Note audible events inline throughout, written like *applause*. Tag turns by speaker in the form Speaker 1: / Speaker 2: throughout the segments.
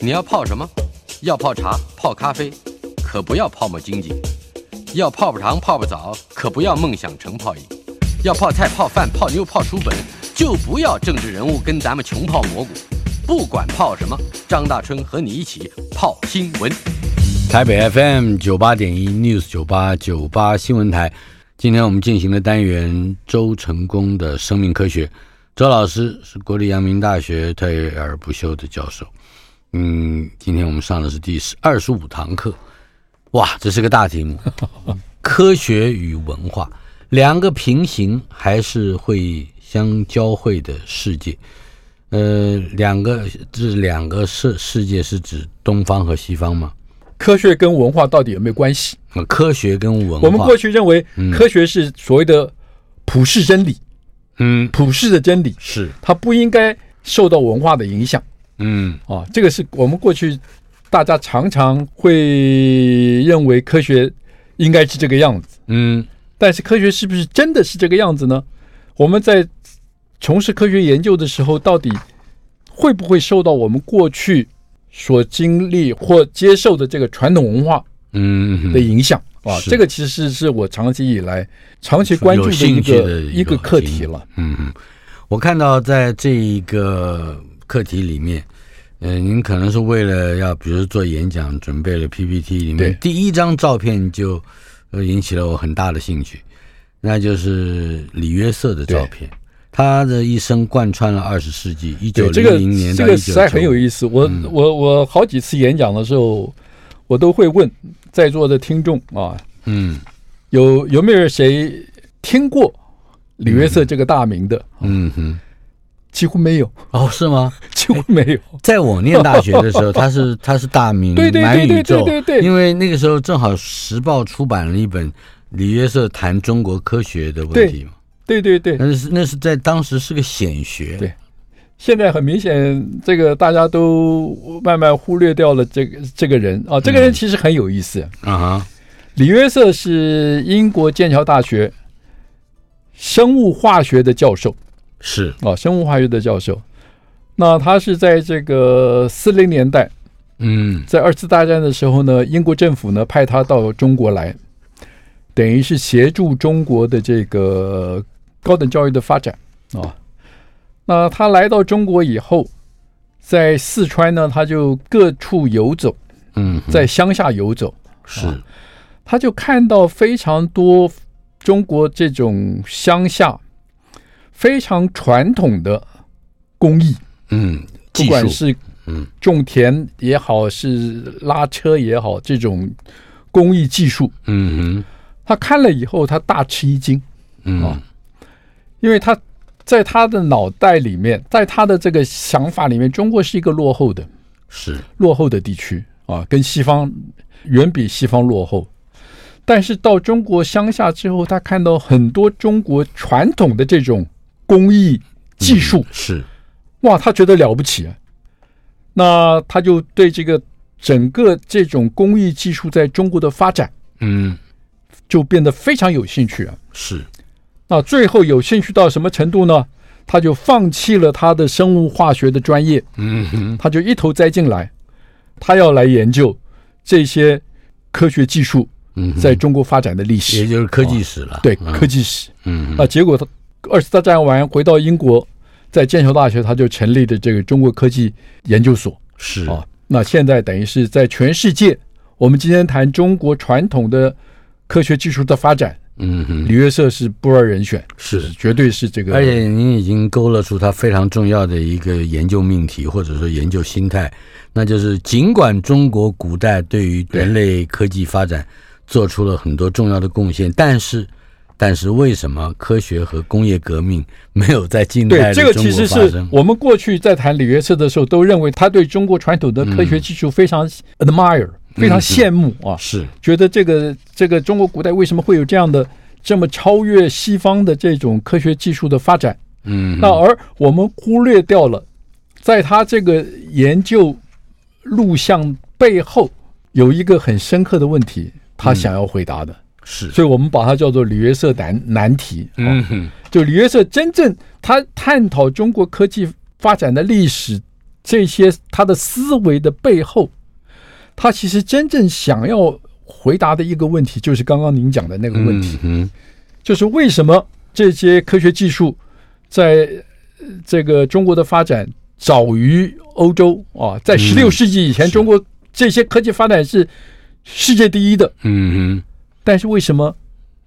Speaker 1: 你要泡什么？要泡茶、泡咖啡，可不要泡沫经济；要泡泡糖、泡泡澡，可不要梦想成泡影；要泡菜、泡饭、泡妞、泡书本，就不要政治人物跟咱们穷泡蘑菇。不管泡什么，张大春和你一起泡新闻。
Speaker 2: 台北 FM 九八点一 News 九八九八新闻台，今天我们进行的单元周成功的生命科学。周老师是国立阳明大学退而不休的教授。嗯，今天我们上的是第二十五堂课，哇，这是个大题目，科学与文化，两个平行还是会相交汇的世界。呃，两个这两个世世界是指东方和西方吗？
Speaker 3: 科学跟文化到底有没有关系？
Speaker 2: 呃科学跟文化，
Speaker 3: 我们过去认为科学是所谓的普世真理，
Speaker 2: 嗯
Speaker 3: 普世的真理，
Speaker 2: 是
Speaker 3: 它不应该受到文化的影响
Speaker 2: 嗯
Speaker 3: 啊。这个是我们过去大家常常会认为科学应该是这个样子，
Speaker 2: 嗯
Speaker 3: 但是科学是不是真的是这个样子呢？我们在从事科学研究的时候，到底会不会受到我们过去所经历或接受的这个传统文化
Speaker 2: 嗯
Speaker 3: 的影响、啊，
Speaker 2: 是
Speaker 3: 这个其实是我长期以来长期关注
Speaker 2: 有
Speaker 3: 的一
Speaker 2: 兴趣
Speaker 3: 个
Speaker 2: 的一
Speaker 3: 一
Speaker 2: 个
Speaker 3: 个课题了。
Speaker 2: 嗯嗯，我看到在这一个课题里面，呃，您可能是为了要，比如做演讲，准备了 PPT，里
Speaker 3: 对
Speaker 2: 面第一张照片就呃引起了我很大的兴趣，那就是李约瑟的照片。他的一生贯穿了二十世纪，一九
Speaker 3: 对，这
Speaker 2: 零
Speaker 3: 个
Speaker 2: 零年
Speaker 3: 这
Speaker 2: 到
Speaker 3: 个
Speaker 2: 一九
Speaker 3: 实在很有
Speaker 2: 九，
Speaker 3: 意思。我、
Speaker 2: 嗯
Speaker 3: 我我好几次演讲的时候，我都会问在座的听众啊，
Speaker 2: 嗯
Speaker 3: 有有没有谁听过李约瑟这个大名的？
Speaker 2: 嗯哼，
Speaker 3: 几乎没有， *laughs*
Speaker 2: 哦，是吗？
Speaker 3: 几乎没有。
Speaker 2: 在我念大学的时
Speaker 3: *laughs*
Speaker 2: 候，他是他是大名
Speaker 3: 对对对
Speaker 2: 满宇
Speaker 3: 对
Speaker 2: 宙，
Speaker 3: 对对对
Speaker 2: 因为那个时候正好《时报》出版了一本李约瑟谈中国科学的问题嘛，
Speaker 3: 对对对，
Speaker 2: 那是那是在当时是个显学，
Speaker 3: 对现在很明显，这个大家都慢慢忽略掉了这个这个人啊。这个人其实很有意思。
Speaker 2: 啊哈，
Speaker 3: 李约瑟是英国剑桥大学生物化学的教授
Speaker 2: 是
Speaker 3: 啊，生物化学的教授。那他是在这个四零年代，
Speaker 2: 嗯
Speaker 3: 在二次大战的时候呢，英国政府呢派他到中国来，等于是协助中国的这个高等教育的发展啊。那他来到中国以后，在四川呢，他就各处游走，
Speaker 2: 嗯
Speaker 3: 在啊乡下游走，
Speaker 2: 是
Speaker 3: 他就看到非常多中国这种乡下非常传统的工艺，
Speaker 2: 嗯
Speaker 3: 不
Speaker 2: 技
Speaker 3: 管
Speaker 2: 术
Speaker 3: 是
Speaker 2: 嗯
Speaker 3: 种田也好，是拉车也好，这种工艺技术，
Speaker 2: 嗯哼
Speaker 3: 他看了以后，他大吃一惊，
Speaker 2: 嗯
Speaker 3: 哦因为他在他的脑袋里面，在他的这个想法里面，中国是一个落后的
Speaker 2: 是
Speaker 3: 落后的地区啊，跟西方远比西方落后。但是到中国乡下之后，他看到很多中国传统的这种工艺技术，
Speaker 2: 是
Speaker 3: 哇，他觉得了不起啊。那他就对这个整个这种工艺技术在中国的发展
Speaker 2: 嗯
Speaker 3: 就变得非常有兴趣啊。
Speaker 2: 是
Speaker 3: 那最后有兴趣到什么程度呢？他就放弃了他的生物化学的专业，
Speaker 2: 嗯哼
Speaker 3: 他就一头栽进来，他要来研究这些科学技术
Speaker 2: 嗯哼
Speaker 3: 在中国发展的历
Speaker 2: 也
Speaker 3: 史，
Speaker 2: 就是科技史了，
Speaker 3: 对
Speaker 2: 嗯
Speaker 3: 科技史。
Speaker 2: 嗯
Speaker 3: 那结果他二次大战完回到英国，在剑桥大学他就成立了这个中国科技研究所。
Speaker 2: 是
Speaker 3: 啊，那现在等于是在全世界，我们今天谈中国传统的科学技术的发展，
Speaker 2: 嗯哼
Speaker 3: 李约瑟是不二人选，
Speaker 2: 是
Speaker 3: 绝对是这个。
Speaker 2: 而且您已经勾勒出它非常重要的一个研究命题，或者说研究心态，那就是尽管中国古代对于人类科技发展做出了很多重要的贡献，但是但是为什么科学和工业革命没有在近代
Speaker 3: 对，
Speaker 2: 的
Speaker 3: 这
Speaker 2: 中
Speaker 3: 个
Speaker 2: 国
Speaker 3: 其实
Speaker 2: 发
Speaker 3: 是
Speaker 2: 生？
Speaker 3: 我们过去在谈李约瑟的时候，都认为他对中国传统的科学技术非常 admire，、非常羡慕啊，
Speaker 2: 嗯是
Speaker 3: 觉得这个这个中国古代为什么会有这样的这么超越西方的这种科学技术的发展？
Speaker 2: 嗯，
Speaker 3: 那而我们忽略掉了，在他这个研究录像背后有一个很深刻的问题，他想要回答的，
Speaker 2: 是
Speaker 3: 所以我们把它叫做李约瑟难难题。啊
Speaker 2: 嗯哼
Speaker 3: 就李约瑟真正他探讨中国科技发展的历史，这些他的思维的背后，他其实真正想要回答的一个问题，就是刚刚您讲的那个问题，
Speaker 2: 嗯
Speaker 3: 就是为什么这些科学技术在呃这个中国的发展早于欧洲啊，在十六世纪以前，
Speaker 2: 嗯是
Speaker 3: 中国这些科技发展是世界第一的，
Speaker 2: 哼嗯
Speaker 3: 但是为什么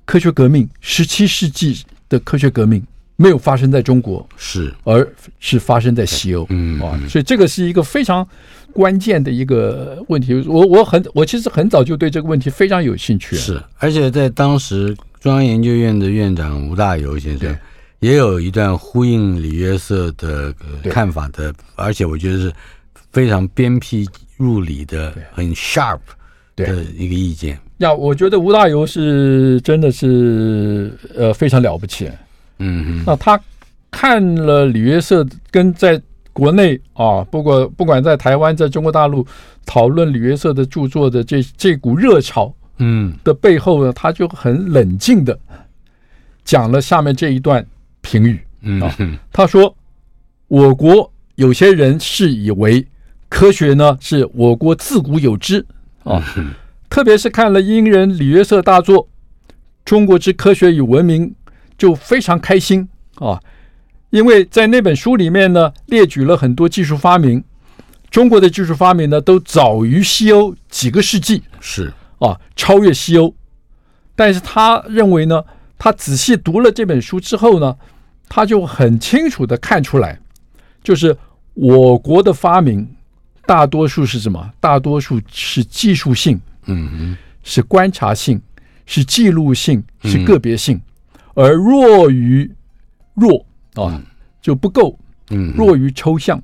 Speaker 3: 科学革命，十七世纪的科学革命没有发生在中国，
Speaker 2: 哼是
Speaker 3: 而是发生在西欧？
Speaker 2: 嗯
Speaker 3: 啊，所以这个是一个非常关键的一个问题。我我很我其实很早就对这个问题非常有兴趣。，啊
Speaker 2: 是，而且在当时中央研究院的院长吴大猷先生
Speaker 3: 对
Speaker 2: 也有一段呼应李约瑟的、呃、
Speaker 3: 对
Speaker 2: 看法的，而且我觉得是非常鞭辟入里的、很 sharp
Speaker 3: 对
Speaker 2: 的一个意见。
Speaker 3: 呀，我觉得吴大猷是真的是呃非常了不起。
Speaker 2: 嗯哼，
Speaker 3: 那他看了李约瑟跟在国内啊，不管不管在台湾，在中国大陆讨论李约瑟的著作的这这股热潮，
Speaker 2: 嗯
Speaker 3: 的背后呢，他就很冷静的讲了下面这一段评语。啊
Speaker 2: 嗯哼，
Speaker 3: 他说：“我国有些人是以为科学呢是我国自古有之啊，特别是看了英人李约瑟大作《中国之科学与文明》，就非常开心啊，因为在那本书里面呢，列举了很多技术发明，中国的技术发明呢都早于西欧几个世纪。”
Speaker 2: 是
Speaker 3: 啊，超越西欧。但是他认为呢，他仔细读了这本书之后呢，他就很清楚的看出来，就是我国的发明大多数是什么？大多数是技术性，
Speaker 2: 嗯
Speaker 3: 是观察性，是记录性，是
Speaker 2: 嗯
Speaker 3: 个别性，而弱于弱啊、就不够，
Speaker 2: 哼嗯哼
Speaker 3: 弱于抽象、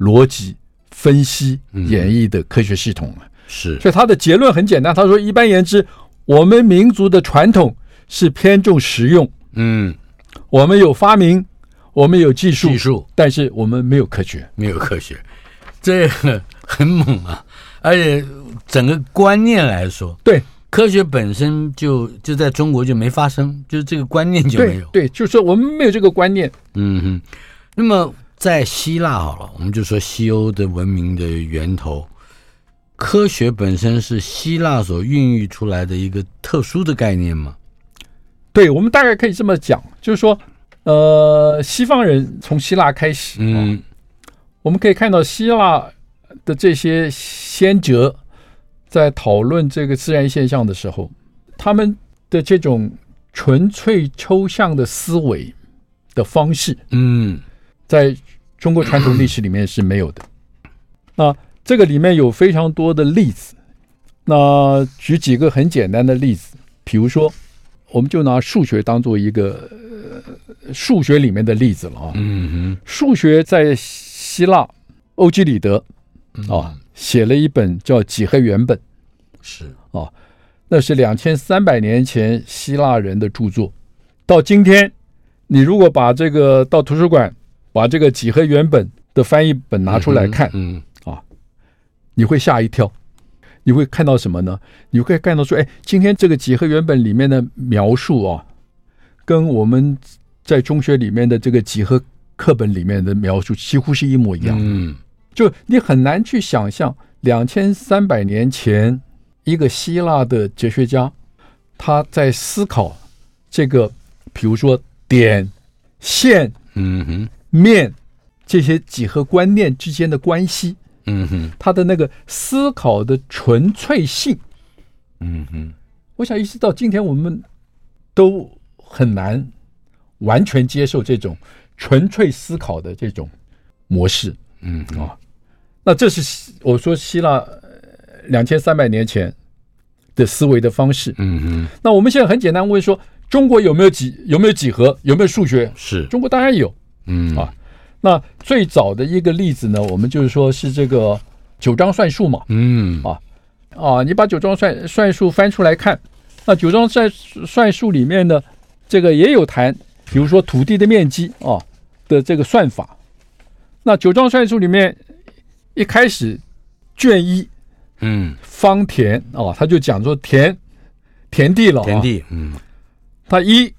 Speaker 3: 逻辑、分析、
Speaker 2: 嗯
Speaker 3: 演绎的科学系统啊。
Speaker 2: 是
Speaker 3: 所以他的结论很简单，他说：一般言之，我们民族的传统是偏重实用，
Speaker 2: 嗯
Speaker 3: 我们有发明，我们有技术，
Speaker 2: 技术
Speaker 3: 但是我们没有科学。
Speaker 2: 没有科学，这个很猛啊！而且整个观念来说，
Speaker 3: 对
Speaker 2: 科学本身就就在中国就没发生，就是这个观念就没
Speaker 3: 对
Speaker 2: 有。
Speaker 3: 对，就是说我们没有这个观念。
Speaker 2: 嗯哼，那么在希腊好了，我们就说西欧的文明的源头，科学本身是希腊所孕育出来的一个特殊的概念嘛？
Speaker 3: 对我们大概可以这么讲，就是说，呃，西方人从希腊开始，
Speaker 2: 嗯
Speaker 3: 我们可以看到希腊的这些先哲在讨论这个自然现象的时候，他们的这种纯粹抽象的思维的方式，
Speaker 2: 嗯
Speaker 3: 在中国传统历史里面是没有的。那这个里面有非常多的例子，那举几个很简单的例子，比如说，我们就拿数学当做一个、呃、数学里面的例子了啊。
Speaker 2: 嗯
Speaker 3: 数学在希腊，欧几里得
Speaker 2: 哼，
Speaker 3: 啊写了一本叫《几何原本》，
Speaker 2: 是
Speaker 3: 那是两千三百年前希腊人的著作。到今天，你如果把这个到图书馆把这个几何原本的翻译本拿出来看，
Speaker 2: 嗯
Speaker 3: 你会吓一跳。你会看到什么呢？你会看到说，哎，今天这个几何原本里面的描述啊，跟我们在中学里面的这个几何课本里面的描述几乎是一模一样。
Speaker 2: 嗯
Speaker 3: 就你很难去想象，两千三百年前一个希腊的哲学家，他在思考这个，比如说点、线、
Speaker 2: 嗯哼
Speaker 3: 面这些几何观念之间的关系，
Speaker 2: 嗯哼
Speaker 3: 他的那个思考的纯粹性，
Speaker 2: 嗯哼
Speaker 3: 我想一直到今天我们都很难完全接受这种纯粹思考的这种模式。
Speaker 2: 嗯哼
Speaker 3: 那这是希我说希腊两千三百年前的思维的方式。
Speaker 2: 嗯哼
Speaker 3: 那我们现在很简单问说，中国有没有几有没有几何？有没有数学？
Speaker 2: 是，
Speaker 3: 中国当然有。
Speaker 2: 嗯
Speaker 3: 啊那最早的一个例子呢，我们就是说是这个九章算术嘛。
Speaker 2: 嗯
Speaker 3: 啊啊，你把九章算算术翻出来看，那九章算算术里面呢，这个也有谈，比如说土地的面积啊的这个算法。那九章算术里面一开始卷一
Speaker 2: 嗯，
Speaker 3: 方田啊，他就讲说田田地了、啊，
Speaker 2: 田地，嗯
Speaker 3: 他一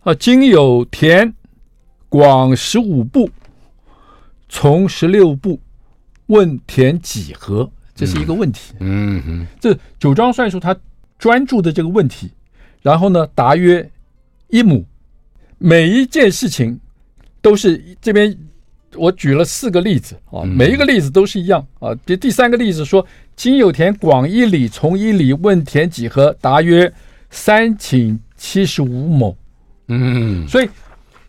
Speaker 3: 啊，今有田广十五步，从十六步，问田几何？这是一个问题。
Speaker 2: 嗯嗯
Speaker 3: 这九章算术他专注的这个问题，然后呢，答曰一亩，每一件事情都是这边我举了四个例子啊，每一个例子都是一样啊。第第三个例子说，今有田广一里，从一里问田几何？答曰三顷七十五亩。
Speaker 2: 嗯，
Speaker 3: 所以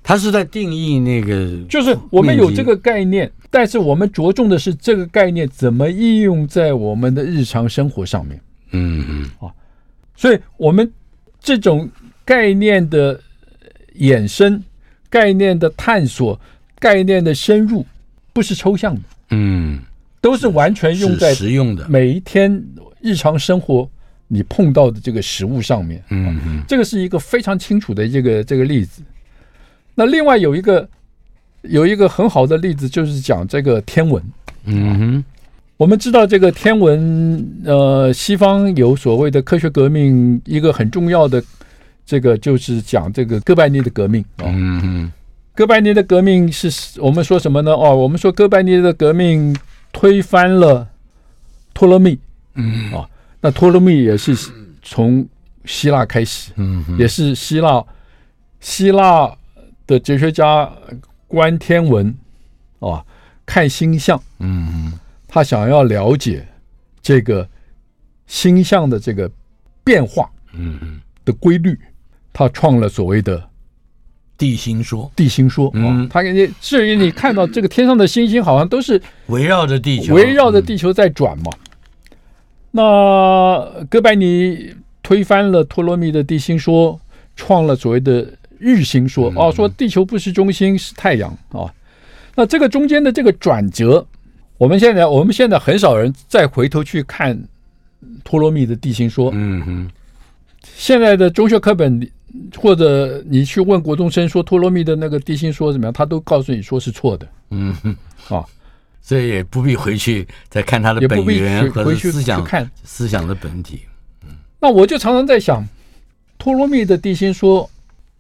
Speaker 2: 他是在定义那个，
Speaker 3: 就是我们有这个概念，但是我们着重的是这个概念怎么应用在我们的日常生活上面。
Speaker 2: 嗯嗯
Speaker 3: 所以我们这种概念的衍生、概念的探索、概念的深入，不是抽象的，
Speaker 2: 嗯，
Speaker 3: 都是完全用在
Speaker 2: 是实用的，
Speaker 3: 每一天日常生活你碰到的这个食物上面。
Speaker 2: 嗯嗯
Speaker 3: 这个是一个非常清楚的这个这个例子。那另外有一个有一个很好的例子，就是讲这个天文。
Speaker 2: 嗯哼，
Speaker 3: 我们知道这个天文，呃，西方有所谓的科学革命，一个很重要的这个就是讲这个哥白尼的革命啊、
Speaker 2: 嗯哼，
Speaker 3: 哥白尼的革命是我们说什么呢？哦，我们说哥白尼的革命推翻了托勒密，
Speaker 2: 嗯
Speaker 3: 啊，那托勒密也是从希腊开始，
Speaker 2: 嗯哼，
Speaker 3: 也是希腊希腊的哲学家观天文啊，看星象，
Speaker 2: 嗯哼，
Speaker 3: 他想要了解这个星象的这个变化
Speaker 2: 嗯哼，
Speaker 3: 的规律，他创了所谓的
Speaker 2: 地心说
Speaker 3: 地心说啊
Speaker 2: 嗯。
Speaker 3: 他给你至于你看到这个天上的星星，好像都是
Speaker 2: 围绕着地球，
Speaker 3: 围绕着地球在转嘛。那哥白尼推翻了托勒密的地心说，创了所谓的日心说，
Speaker 2: 嗯
Speaker 3: 哦，说地球不是中心，是太阳啊。那这个中间的这个转折，我们现在我们现在很少人再回头去看托勒密的地心说，
Speaker 2: 嗯哼，
Speaker 3: 现在的中学课本里，或者你去问国中生说托勒密的那个地心说怎么样，他都告诉你说是错的。
Speaker 2: 嗯哼，
Speaker 3: 啊，
Speaker 2: 所以也不必回去再看他的
Speaker 3: 也不
Speaker 2: 本
Speaker 3: 必
Speaker 2: 源
Speaker 3: 去
Speaker 2: 和
Speaker 3: 回去
Speaker 2: 思想
Speaker 3: 去看
Speaker 2: 思想的本体，
Speaker 3: 那我就常常在想，托勒密的地心说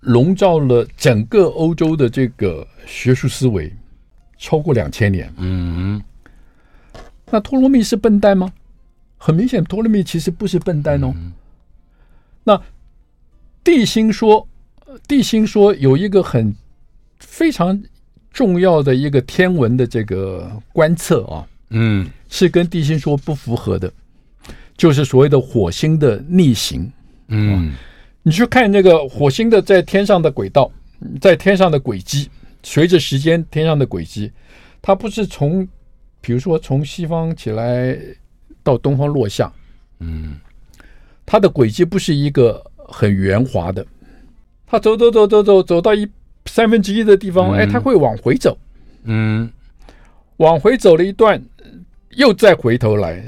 Speaker 3: 笼罩了整个欧洲的这个学术思维超过两千年。
Speaker 2: 嗯
Speaker 3: 那托勒密是笨蛋吗？很明显，托勒密其实不是笨蛋哦。那地心说，呃地心说有一个很非常重要的一个天文的这个观测啊，
Speaker 2: 嗯
Speaker 3: 是跟地心说不符合的，就是所谓的火星的逆行。
Speaker 2: 嗯
Speaker 3: 你去看那个火星的在天上的轨道，嗯在天上的轨迹，随着时间天上的轨迹，它不是从，比如说从西方起来到东方落下，
Speaker 2: 嗯
Speaker 3: 它的轨迹不是一个很圆滑的，它走走走走走走到一三分之一的地方，哎，它会往回走，
Speaker 2: 嗯
Speaker 3: 往回走了一段，呃又再回头来，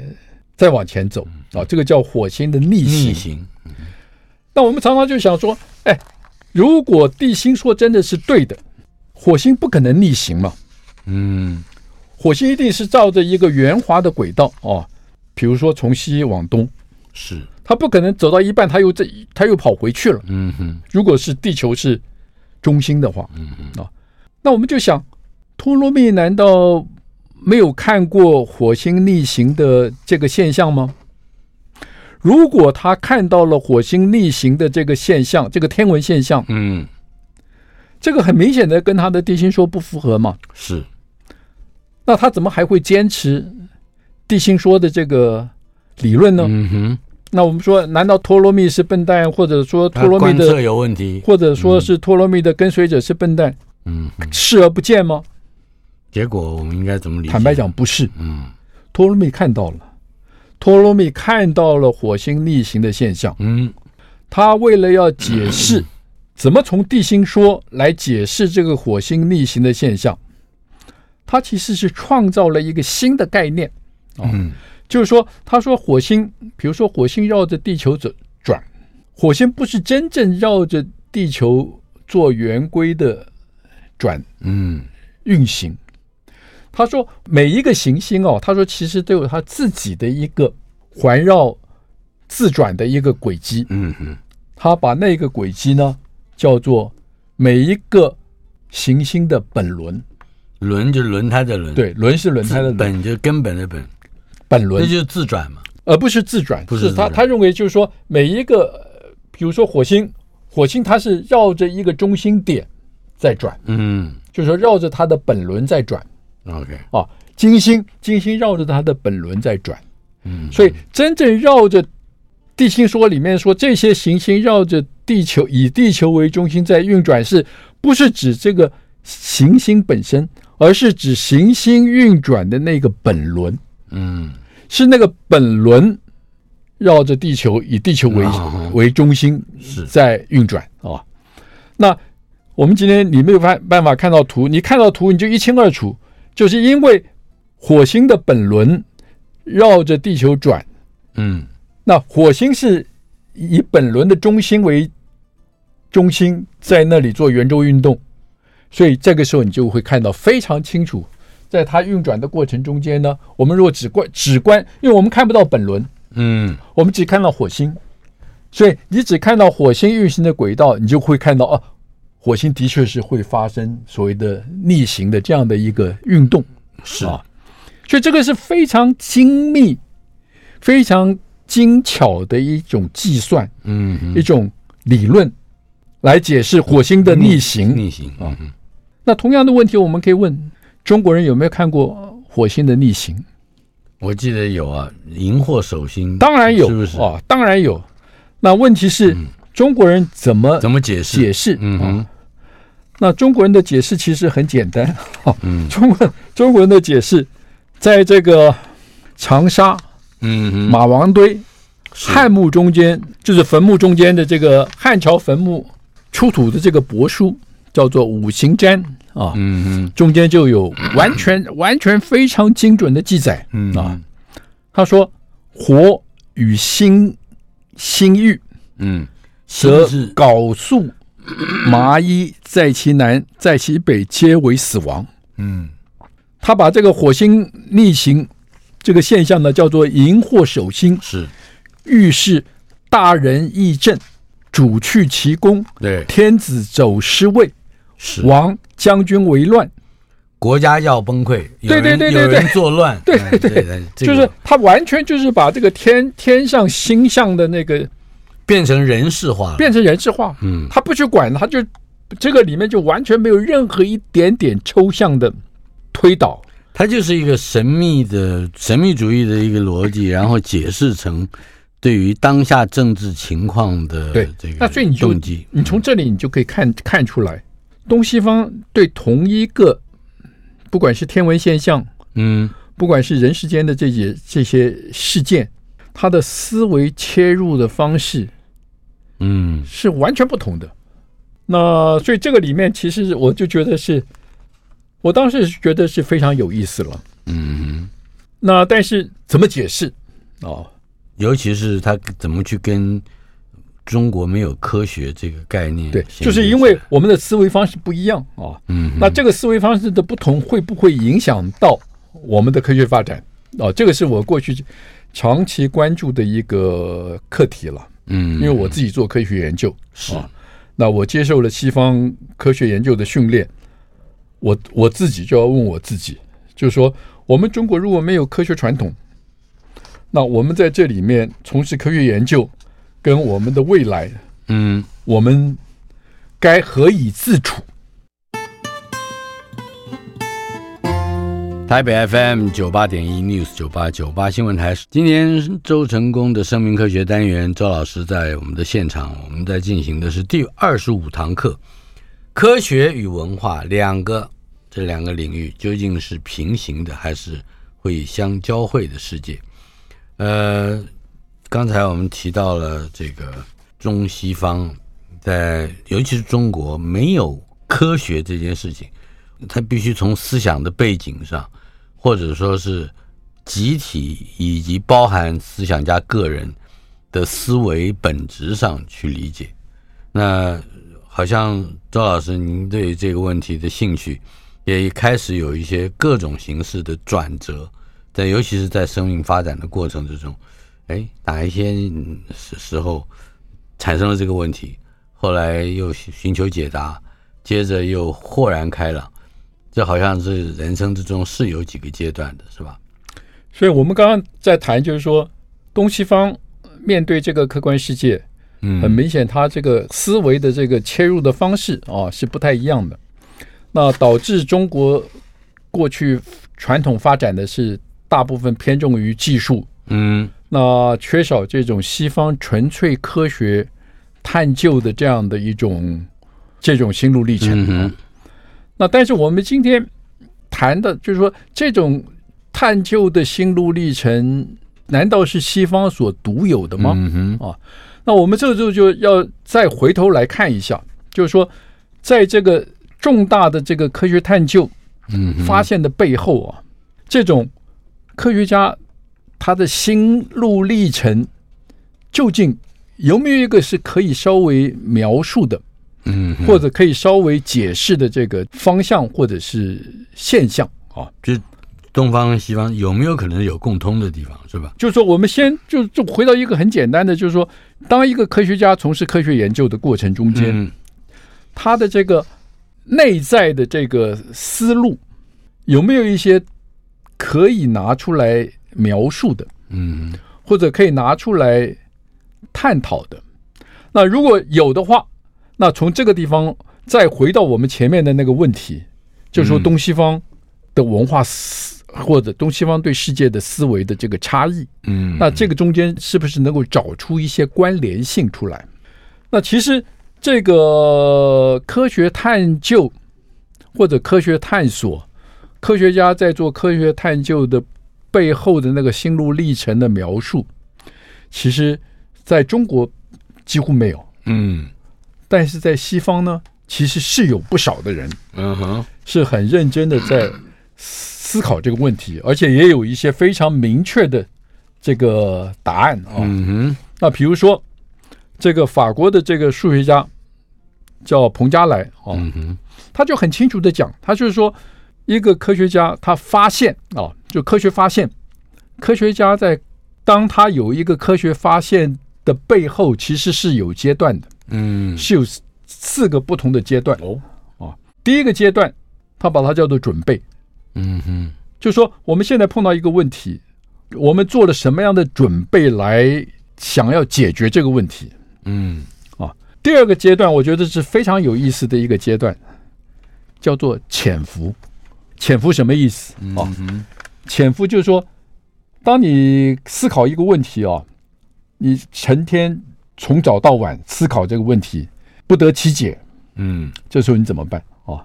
Speaker 3: 再往前走啊，这个叫火星的逆行
Speaker 2: 逆。行，
Speaker 3: 那我们常常就想说，哎，如果地心说真的是对的，火星不可能逆行嘛，
Speaker 2: 嗯
Speaker 3: 火星一定是照着一个圆滑的轨道哦，比如说从西往东，
Speaker 2: 是，
Speaker 3: 它不可能走到一半，它又这它又跑回去了。
Speaker 2: 嗯哼，
Speaker 3: 如果是地球是中心的话，啊，那我们就想，托勒密难道没有看过火星逆行的这个现象吗？如果他看到了火星逆行的这个现象，这个天文现象，
Speaker 2: 嗯
Speaker 3: 这个很明显的跟他的地心说不符合嘛，
Speaker 2: 是，
Speaker 3: 那他怎么还会坚持地心说的这个理论呢？
Speaker 2: 嗯哼，
Speaker 3: 那我们说，难道托勒密是笨蛋，或者说托
Speaker 2: 他
Speaker 3: 勒
Speaker 2: 观
Speaker 3: 密的
Speaker 2: 测有问题，
Speaker 3: 或者说是托勒密的跟随者是笨蛋，
Speaker 2: 嗯哼，
Speaker 3: 视而不见吗？
Speaker 2: 结果我们应该怎么理解？
Speaker 3: 坦白，讲，不是。
Speaker 2: 嗯
Speaker 3: 托勒密看到了，托勒密看到了火星逆行的现象，
Speaker 2: 嗯
Speaker 3: 他为了要解释怎么从地心说来解释这个火星逆行的现象？他其实是创造了一个新的概念，哦
Speaker 2: 嗯
Speaker 3: 就是说，他说火星，比如说火星绕着地球转转，火星不是真正绕着地球做圆规的转
Speaker 2: 嗯
Speaker 3: 运行。他说每一个行星哦，他说其实都有它自己的一个环绕自转的一个轨迹。
Speaker 2: 嗯嗯
Speaker 3: 他把那个轨迹呢叫做每一个行星的本轮，
Speaker 2: 轮就轮胎的轮，，
Speaker 3: 对，轮是轮胎的轮，
Speaker 2: 本就根本的本，
Speaker 3: 本
Speaker 2: 那
Speaker 3: 轮
Speaker 2: 就是自转嘛。
Speaker 3: 而不是自转，
Speaker 2: 不是自转
Speaker 3: 他他认为就是说每一个，呃比如说火星，火星它是绕着一个中心点在转，
Speaker 2: 嗯
Speaker 3: 就是说绕着它的本轮在转
Speaker 2: ，OK，
Speaker 3: 啊。金星，金星绕着它的本轮在转，
Speaker 2: 嗯，
Speaker 3: 所以真正绕着地心说里面说这些行星绕着地球以地球为中心在运转是，不是指这个行星本身，而是指行星运转的那个本轮。
Speaker 2: 嗯
Speaker 3: 是那个本轮绕着地球，以地球为、
Speaker 2: 啊
Speaker 3: 为中心
Speaker 2: 是
Speaker 3: 在运转啊。那我们今天你没有办办法看到图，你看到图你就一清二楚，就是因为火星的本轮绕着地球转，
Speaker 2: 嗯
Speaker 3: 那火星是以本轮的中心为中心，在那里做圆周运动，所以这个时候你就会看到非常清楚，在它运转的过程中间呢，我们如果只观只观，因为我们看不到本轮，
Speaker 2: 嗯
Speaker 3: 我们只看到火星，所以你只看到火星运行的轨道，你就会看到哦、火星的确是会发生所谓的逆行的这样的一个运动，
Speaker 2: 是
Speaker 3: 啊，所以这个是非常精密、非常精巧的一种计算、
Speaker 2: 嗯嗯
Speaker 3: 一种理论来解释火星的逆行。
Speaker 2: 逆行啊，嗯
Speaker 3: 那同样的问题，我们可以问中国人有没有看过火星的逆行？
Speaker 2: 我记得有啊，荧惑守心，
Speaker 3: 当然有，
Speaker 2: 是不是？嗯
Speaker 3: 啊，当然有。那问题是，中国人怎么
Speaker 2: 怎么解释？
Speaker 3: 解释？
Speaker 2: 嗯
Speaker 3: 啊
Speaker 2: 哼，
Speaker 3: 那中国人的解释其实很简单，哈、
Speaker 2: 嗯
Speaker 3: 中国中国人的解释，在这个长沙
Speaker 2: 嗯哼，
Speaker 3: 马王堆
Speaker 2: 是
Speaker 3: 汉墓中间，就是坟墓中间的这个汉朝坟墓出土的这个帛书，叫做五行占啊，
Speaker 2: 嗯
Speaker 3: 中间就有完全 *coughs* 完全非常精准的记载。
Speaker 2: 嗯
Speaker 3: 啊，他说：“火与心心欲，
Speaker 2: 嗯，
Speaker 3: 则
Speaker 2: 心是
Speaker 3: 缟素、麻衣在其南，在其北，皆为死亡。”
Speaker 2: 嗯
Speaker 3: 他把这个火星逆行这个现象呢，叫做荧惑守心，
Speaker 2: 是
Speaker 3: 预示大人议政，主去其功，
Speaker 2: 对
Speaker 3: 天子走失位，
Speaker 2: 是
Speaker 3: 王将军为乱。
Speaker 2: 国家要崩溃，有
Speaker 3: 对对
Speaker 2: 人
Speaker 3: 对
Speaker 2: 有
Speaker 3: 对
Speaker 2: 人作乱，
Speaker 3: 对
Speaker 2: 哎
Speaker 3: 对对
Speaker 2: 对，这
Speaker 3: 就
Speaker 2: 个
Speaker 3: 是他完全就是把这个天天上星象的那个
Speaker 2: 变成人事化了，
Speaker 3: 变成人质化，
Speaker 2: 嗯
Speaker 3: 他不去管，他就这个里面就完全没有任何一点点抽象的推导。
Speaker 2: 它就是一个神秘的神秘主义的一个逻辑，然后解释成对于当下政治情况的
Speaker 3: 对
Speaker 2: 这个
Speaker 3: 那所以你就
Speaker 2: 动机，
Speaker 3: 你从这里你就可以看看出来，东西方对同一个，不管是天文现象，
Speaker 2: 嗯
Speaker 3: 不管是人世间的这些这些事件，他的思维切入的方式
Speaker 2: 嗯
Speaker 3: 是完全不同的。那所以这个里面，其实我就觉得是，我当时是觉得是非常有意思了。
Speaker 2: 嗯，
Speaker 3: 那但是怎么解释？哦，
Speaker 2: 尤其是他怎么去跟中国没有科学这个概念
Speaker 3: 对
Speaker 2: 衔，接起来，
Speaker 3: 就是因为我们的思维方式不一样啊、
Speaker 2: 嗯哼
Speaker 3: 那这个思维方式的不同，会不会影响到我们的科学发展？哦，这个是我过去长期关注的一个课题了，
Speaker 2: 嗯，
Speaker 3: 因为我自己做科学研究，
Speaker 2: 是
Speaker 3: 啊那我接受了西方科学研究的训练，我我自己就要问我自己，就是说，我们中国如果没有科学传统，那我们在这里面从事科学研究，跟我们的未来，
Speaker 2: 嗯
Speaker 3: 我们该何以自处？
Speaker 2: 台北 FM 九八点一 News 九八九八新闻台，今天周成功的生命科学单元，周老师在我们的现场，我们在进行的是第二十五堂课，科学与文化两个这两个领域究竟是平行的，还是会相交汇的世界？呃，刚才我们提到了这个中西方在尤其是中国没有科学这件事情，它必须从思想的背景上，或者说是集体以及包含思想家个人的思维本质上去理解。那好像周老师，您对这个问题的兴趣也开始有一些各种形式的转折，在尤其是在生命发展的过程之中，哎，哪一些嗯时时候产生了这个问题，后来又寻寻求解答，接着又豁然开朗，这好像是人生之中是有几个阶段的，是吧？
Speaker 3: 所以我们刚刚在谈，就是说东西方面对这个客观世界，
Speaker 2: 嗯
Speaker 3: 很明显，他这个思维的这个切入的方式啊是不太一样的。那导致中国过去传统发展的是大部分偏重于技术，
Speaker 2: 嗯
Speaker 3: 那缺少这种西方纯粹科学探究的这样的一种这种心路历程。
Speaker 2: 嗯哼
Speaker 3: 那但是我们今天谈的，就是说这种探究的心路历程，难道是西方所独有的吗？
Speaker 2: 嗯哼
Speaker 3: 那我们这就就要再回头来看一下，就是说，在这个重大的这个科学探究
Speaker 2: 嗯哼
Speaker 3: 发现的背后啊，这种科学家他的心路历程究竟有没有一个是可以稍微描述的，
Speaker 2: 嗯哼，
Speaker 3: 或者可以稍微解释的这个方向或者是现象啊？
Speaker 2: 就是东方跟西方有没有可能有共通的地方，是吧？
Speaker 3: 就是说，我们先就就回到一个很简单的，就是说，当一个科学家从事科学研究的过程中间，
Speaker 2: 嗯
Speaker 3: 他的这个内在的这个思路有没有一些可以拿出来描述的，
Speaker 2: 嗯哼
Speaker 3: 或者可以拿出来探讨的？那如果有的话，那从这个地方再回到我们前面的那个问题，就是说
Speaker 2: 嗯
Speaker 3: 东西方的文化思或者东西方对世界的思维的这个差异。
Speaker 2: 嗯，
Speaker 3: 那这个中间是不是能够找出一些关联性出来？那其实这个科学探究或者科学探索，科学家在做科学探究的背后的那个心路历程的描述，其实在中国几乎没有，
Speaker 2: 嗯
Speaker 3: 但是在西方呢，其实是有不少的人
Speaker 2: 嗯哼
Speaker 3: 是很认真的在思考这个问题，而且也有一些非常明确的这个答案啊。
Speaker 2: 嗯哼
Speaker 3: 那比如说，这个法国的这个数学家叫彭加莱哦，
Speaker 2: 嗯哼
Speaker 3: 他就很清楚的讲，他就是说，一个科学家他发现啊、就科学发现，科学家在当他有一个科学发现的背后，其实是有阶段的，
Speaker 2: 嗯
Speaker 3: 是有四四个不同的阶段哦啊。第一个阶段，他把它叫做准备，
Speaker 2: 嗯哼
Speaker 3: 就说我们现在碰到一个问题，我们做了什么样的准备来想要解决这个问题？
Speaker 2: 嗯
Speaker 3: 第二个阶段，我觉得是非常有意思的一个阶段，叫做潜伏。潜伏什么意思？
Speaker 2: 嗯
Speaker 3: 哦，
Speaker 2: 哼
Speaker 3: 潜伏就是说，当你思考一个问题哦，你成天从早到晚思考这个问题，不得其解，
Speaker 2: 嗯
Speaker 3: 这时候你怎么办？哦，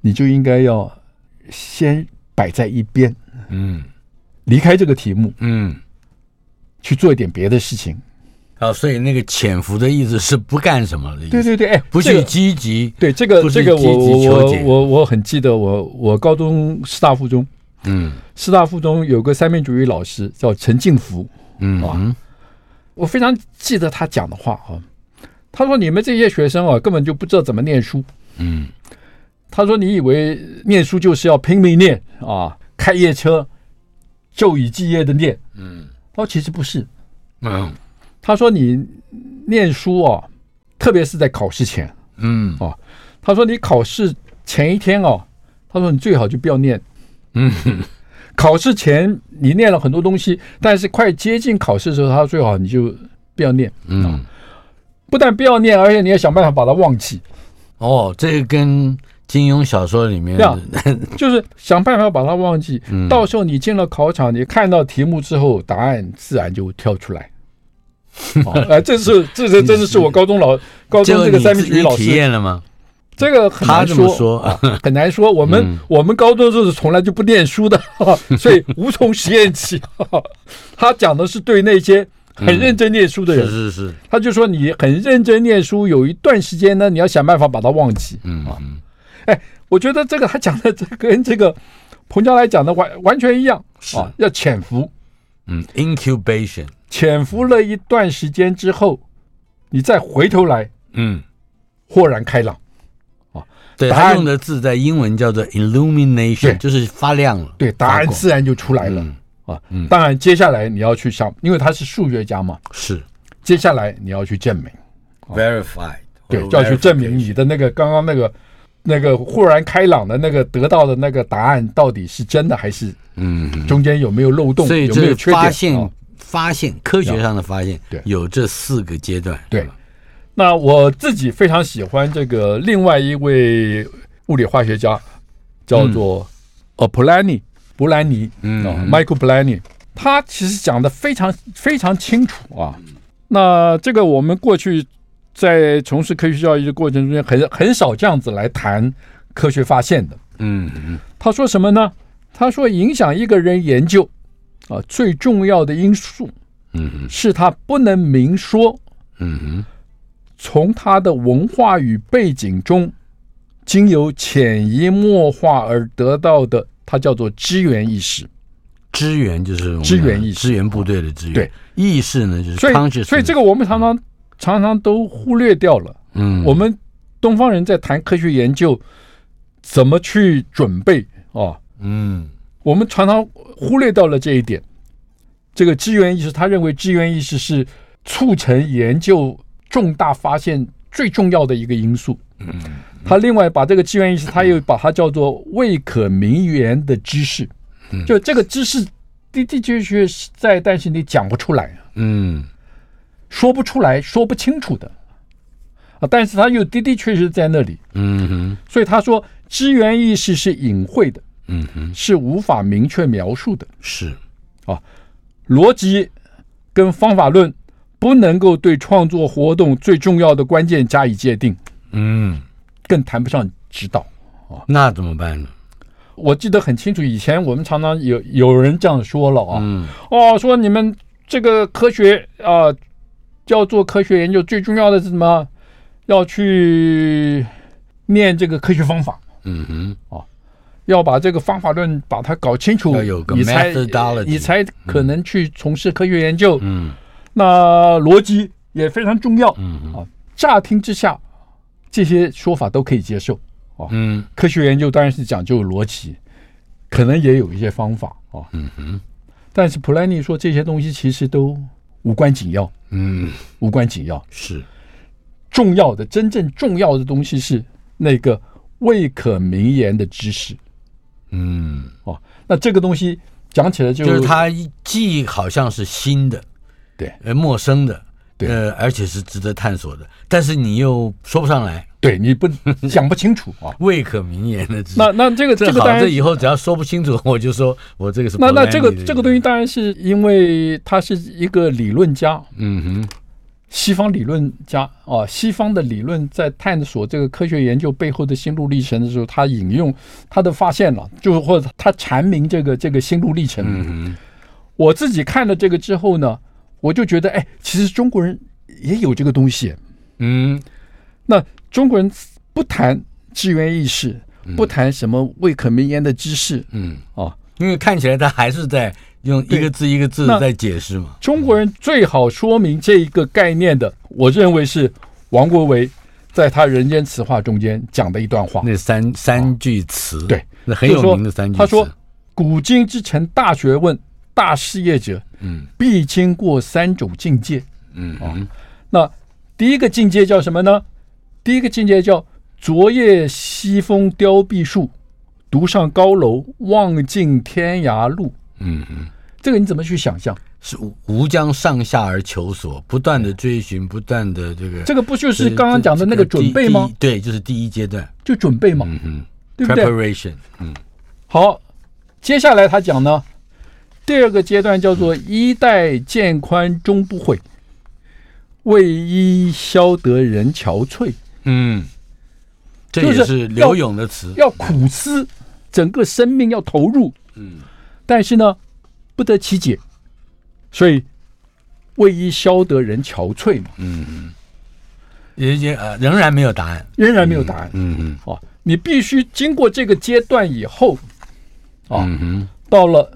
Speaker 3: 你就应该要先摆在一边，
Speaker 2: 嗯
Speaker 3: 离开这个题目，
Speaker 2: 嗯。
Speaker 3: 去做一点别的事情。
Speaker 2: 啊，所以那个潜伏的意思是不干什么的意思，
Speaker 3: 对对对，哎，
Speaker 2: 不
Speaker 3: 这
Speaker 2: 去
Speaker 3: 个
Speaker 2: 积极，
Speaker 3: 对这个
Speaker 2: 不
Speaker 3: 这
Speaker 2: 是
Speaker 3: 个
Speaker 2: 积
Speaker 3: 我
Speaker 2: 极
Speaker 3: 我
Speaker 2: 求
Speaker 3: 我
Speaker 2: 解，
Speaker 3: 我我很记得我我高中师大附中
Speaker 2: 嗯
Speaker 3: 师大附中有个三民主义老师叫陈进福，
Speaker 2: 嗯
Speaker 3: 哇
Speaker 2: 嗯
Speaker 3: 我非常记得他讲的话啊。他说：“你们这些学生啊，根本就不知道怎么念书。
Speaker 2: 嗯
Speaker 3: 他说：你以为念书就是要拼命念啊，开夜车，昼以继夜的念。
Speaker 2: 嗯
Speaker 3: 他说其实不是。
Speaker 2: 嗯
Speaker 3: 他说你念书啊，特别是在考试前。
Speaker 2: 嗯
Speaker 3: 他说你考试前一天哦，他说你最好就不要念。
Speaker 2: 嗯
Speaker 3: 考试前你念了很多东西，但是快接近考试的时候，他说最好你就不要念。
Speaker 2: 嗯，
Speaker 3: 不但不要念，而且你要想办法把它忘记，
Speaker 2: 哦，这个跟金庸小说里面
Speaker 3: 对啊就是想办法把它忘记。
Speaker 2: 嗯
Speaker 3: 到时候你进了考场，你看到题目之后，答案自然就跳出
Speaker 2: *laughs*
Speaker 3: 来。哦，哎，这是这是真的是我高中老高
Speaker 2: 就
Speaker 3: 中这
Speaker 2: 你
Speaker 3: 个三
Speaker 2: 自
Speaker 3: 民主义
Speaker 2: 己
Speaker 3: 老
Speaker 2: 体
Speaker 3: 师，
Speaker 2: 验了吗？
Speaker 3: 这个很
Speaker 2: 他
Speaker 3: 难
Speaker 2: 这么
Speaker 3: 说，啊
Speaker 2: 说，
Speaker 3: 很难说。我们、
Speaker 2: 嗯
Speaker 3: 我们高中就是从来就 *laughs* 不念书的，所以无从实验起。他讲的是对那些很认真念书的人，
Speaker 2: 是是是，
Speaker 3: 他就说你很认真念书，有一段时间呢，你要想办法把它忘记。啊哎
Speaker 2: 嗯嗯
Speaker 3: 我觉得这个他讲的这个跟这个彭加来讲的完完全一样啊，要潜伏，
Speaker 2: 嗯，incubation，
Speaker 3: 潜伏了一段时间之后，你再回头来
Speaker 2: 嗯，
Speaker 3: 豁然开朗。
Speaker 2: 对
Speaker 3: 答
Speaker 2: 他
Speaker 3: 案
Speaker 2: 用的字在英文叫做 illumination，
Speaker 3: 对
Speaker 2: 就是发亮了，
Speaker 3: 对，答
Speaker 2: 发
Speaker 3: 案
Speaker 2: 光
Speaker 3: 自然就出来了、
Speaker 2: 嗯
Speaker 3: 啊。当然，接下来你要去想，因为他是数学家嘛，
Speaker 2: 是
Speaker 3: 接下来你要去证明，
Speaker 2: verified，
Speaker 3: 对，就要去证明你的那个刚刚那个那个豁然开朗的那个得到的那个答案到底是真的还是
Speaker 2: 嗯，
Speaker 3: 中间有没有漏洞，
Speaker 2: 所以
Speaker 3: 有没
Speaker 2: 这
Speaker 3: 有
Speaker 2: 个
Speaker 3: 缺
Speaker 2: 发
Speaker 3: 点？啊
Speaker 2: 现发现科学上的发现，
Speaker 3: 对
Speaker 2: 有这四个阶段，
Speaker 3: 对，那我自己非常喜欢这个另外一位物理化学家，叫做呃普兰尼，布兰尼，
Speaker 2: 嗯
Speaker 3: 啊，Michael 布兰尼，他其实讲的非常非常清楚啊。
Speaker 2: 嗯
Speaker 3: 那这个我们过去在从事科学教育的过程中间，很很少这样子来谈科学发现的。
Speaker 2: 嗯嗯
Speaker 3: 他说什么呢？他说影响一个人研究啊，最重要的因素
Speaker 2: 嗯
Speaker 3: 是他不能明说，
Speaker 2: 嗯嗯
Speaker 3: 从他的文化与背景中，经由潜移默化而得到的，它叫做支援意识。
Speaker 2: 支援就是我们
Speaker 3: 支援意识
Speaker 2: 支援部队的支援，
Speaker 3: 对
Speaker 2: 意识呢就是
Speaker 3: 所
Speaker 2: conscious，
Speaker 3: 以，所以这个我们常常常常都忽略掉了。
Speaker 2: 嗯
Speaker 3: 我们东方人在谈科学研究，怎么去准备啊？
Speaker 2: 嗯
Speaker 3: 我们常常忽略掉了这一点。这个支援意识，他认为支援意识是促成研究重大发现最重要的一个因素。他另外把这个支援意识，他又把它叫做未可名言的知识，就这个知识的的确确是在，但是你讲不出来，
Speaker 2: 嗯
Speaker 3: 说不出来，说不清楚的啊。但是他又的的确确在那里，
Speaker 2: 嗯哼
Speaker 3: 所以他说支援意识是隐晦的，
Speaker 2: 嗯哼
Speaker 3: 是无法明确描述的。
Speaker 2: 是
Speaker 3: 逻辑跟方法论不能够对创作活动最重要的关键加以界定，
Speaker 2: 嗯，
Speaker 3: 更谈不上指导。
Speaker 2: 那怎么办呢？
Speaker 3: 我记得很清楚，以前我们常常有有人这样说了啊，
Speaker 2: 嗯
Speaker 3: 哦，说你们这个科学啊、要做科学研究最重要的是什么？要去念这个科学方法，
Speaker 2: 嗯哼
Speaker 3: 要把这个方法论把它搞清楚，
Speaker 2: 要有个
Speaker 3: 你才
Speaker 2: methodology
Speaker 3: 你才可能去从事科学研究。
Speaker 2: 嗯
Speaker 3: 那逻辑也非常重要，啊
Speaker 2: 嗯哼
Speaker 3: 乍听之下，这些说法都可以接受。
Speaker 2: 嗯
Speaker 3: 科学研究当然是讲究逻辑，可能也有一些方法啊。
Speaker 2: 嗯哼
Speaker 3: 但是普莱尼说这些东西其实都无关紧要，
Speaker 2: 嗯
Speaker 3: 无关紧要。
Speaker 2: 是
Speaker 3: 重要的、真正重要的东西是那个未可名言的知识
Speaker 2: 嗯。
Speaker 3: 哦。那这个东西讲起来就
Speaker 2: 就是它既好像是新的，
Speaker 3: 对，
Speaker 2: 呃，陌生的，
Speaker 3: 对
Speaker 2: 呃，而且是值得探索的，但是你又说不上来，
Speaker 3: 对你不讲不清楚啊。
Speaker 2: 未可名言的知识。
Speaker 3: 那那这
Speaker 2: *laughs*
Speaker 3: 个
Speaker 2: 这
Speaker 3: 这个
Speaker 2: 好，
Speaker 3: 当然
Speaker 2: 这以后只要说不清楚， *laughs* 我就说我这个是
Speaker 3: 那那
Speaker 2: Polanyi
Speaker 3: 这个
Speaker 2: 的
Speaker 3: 这个东西，当然是因为他是一个理论家，
Speaker 2: 嗯哼，
Speaker 3: 西方理论家啊，西方的理论在探索这个科学研究背后的心路历程的时候，他引用他的发现了，就是或者他阐明这个这个心路历程。
Speaker 2: 嗯
Speaker 3: 我自己看了这个之后呢，我就觉得，哎，其实中国人也有这个东西。
Speaker 2: 哼，嗯
Speaker 3: 那中国人不谈志愿意识，不谈什么未可名言的知识
Speaker 2: 嗯，
Speaker 3: 啊，
Speaker 2: 因为看起来他还是在用一
Speaker 3: 对
Speaker 2: 个字一个字
Speaker 3: 那
Speaker 2: 在解释嘛，
Speaker 3: 中国人最好说明这一个概念的，我认为是王国维在他《人间词话》中间讲的一段话。
Speaker 2: 那三三句词，
Speaker 3: 对，
Speaker 2: 那很
Speaker 3: 就
Speaker 2: 有
Speaker 3: 是说
Speaker 2: 名的三句词。
Speaker 3: 他说：“古今之成大学问、大事业者，
Speaker 2: 嗯
Speaker 3: 必经过三种境界。哦
Speaker 2: 嗯嗯
Speaker 3: 那第一个境界叫什么呢？第一个境界叫昨夜西风凋碧树，独上高楼，望尽天涯路。
Speaker 2: 嗯嗯，
Speaker 3: 这个你怎么去想象？
Speaker 2: 是无无将上下而求索，不断的追寻，不断的这个
Speaker 3: 这个不就是刚刚讲的那个准备吗
Speaker 2: 第？第对，就是第一阶段，
Speaker 3: 就准备嘛，
Speaker 2: 嗯哼
Speaker 3: 对不对？
Speaker 2: ，preparation，嗯
Speaker 3: 好，接下来他讲呢，第二个阶段叫做“衣带渐宽终不悔，为伊消得人憔悴
Speaker 2: 嗯，这
Speaker 3: 就是
Speaker 2: 也是
Speaker 3: 要
Speaker 2: 刘勇的”，词，
Speaker 3: 要苦思，整个生命要投入，嗯，但是呢，不得其解，所以为伊消得人憔悴嘛，
Speaker 2: 嗯也也呃仍然没有答案。
Speaker 3: 仍然没有答案。
Speaker 2: 嗯嗯
Speaker 3: 哦，你必须经过这个阶段以后，哦，
Speaker 2: 嗯哼。
Speaker 3: 到了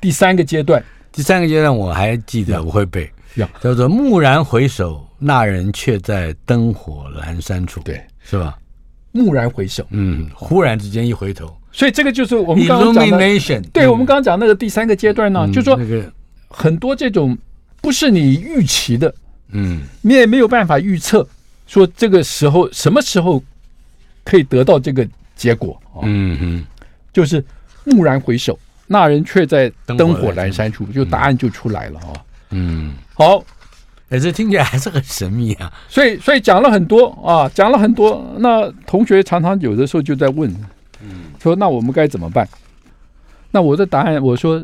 Speaker 3: 第三个阶段，
Speaker 2: 第三个阶段我还记得，我会背
Speaker 3: 呀，
Speaker 2: 叫做“蓦然回首，那人却在灯火阑珊处”，
Speaker 3: 对，
Speaker 2: 是吧？
Speaker 3: 蓦然回首，
Speaker 2: 嗯，忽然之间一回头
Speaker 3: 所以这个就是我们刚刚讲的，
Speaker 2: ，illumination，
Speaker 3: 对我们刚刚讲那个第三个阶段呢，
Speaker 2: 嗯
Speaker 3: 就说
Speaker 2: 那个，
Speaker 3: 很多这种不是你预期的，
Speaker 2: 嗯
Speaker 3: 你也没有办法预测，说这个时候什么时候可以得到这个结果，哦、
Speaker 2: 嗯哼，
Speaker 3: 就是蓦然回首，那人却在
Speaker 2: 灯
Speaker 3: 灯
Speaker 2: 火
Speaker 3: 火
Speaker 2: 阑
Speaker 3: 阑珊处，就答案就出来了哦。
Speaker 2: 嗯，
Speaker 3: 好，
Speaker 2: 哎，这听起来还是很神秘啊。
Speaker 3: 所以所以讲了很多啊，讲了很多。那同学常常有的时候就在问，说那我们该怎么办？那我的答案，我说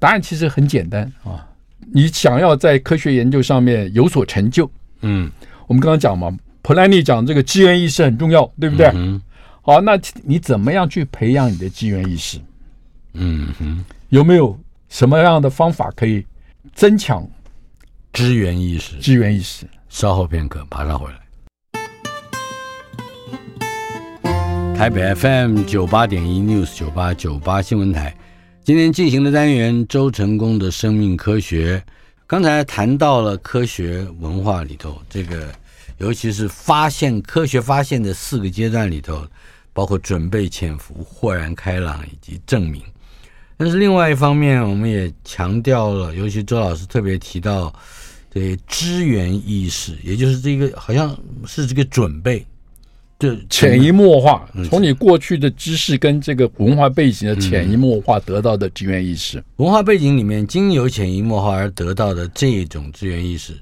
Speaker 3: 答案其实很简单啊，你想要在科学研究上面有所成就，
Speaker 2: 嗯，
Speaker 3: 我们刚刚讲嘛，普兰尼讲这个机缘意识很重要，对不对？
Speaker 2: 嗯
Speaker 3: 好，那你怎么样去培养你的机缘意识？
Speaker 2: 嗯哼，
Speaker 3: 有没有什么样的方法可以增强
Speaker 2: 支援意识，
Speaker 3: 机缘意识？
Speaker 2: 稍后片刻，马上回来。台北 FM 九八点一 News 九八九八新闻台，今天进行的单元周成功的生命科学，刚才谈到了科学文化里头这个，尤其是发现科学发现的四个阶段里头，包括准备、潜伏、豁然开朗以及证明。但是另外一方面，我们也强调了，尤其周老师特别提到对支援意识，也就是这个好像是这个准备，对
Speaker 3: 潜移默化，从你过去的知识跟这个文化背景的潜移默化得到的志愿意识。
Speaker 2: 文化背景里面经由潜移默化而得到的这种资源意识，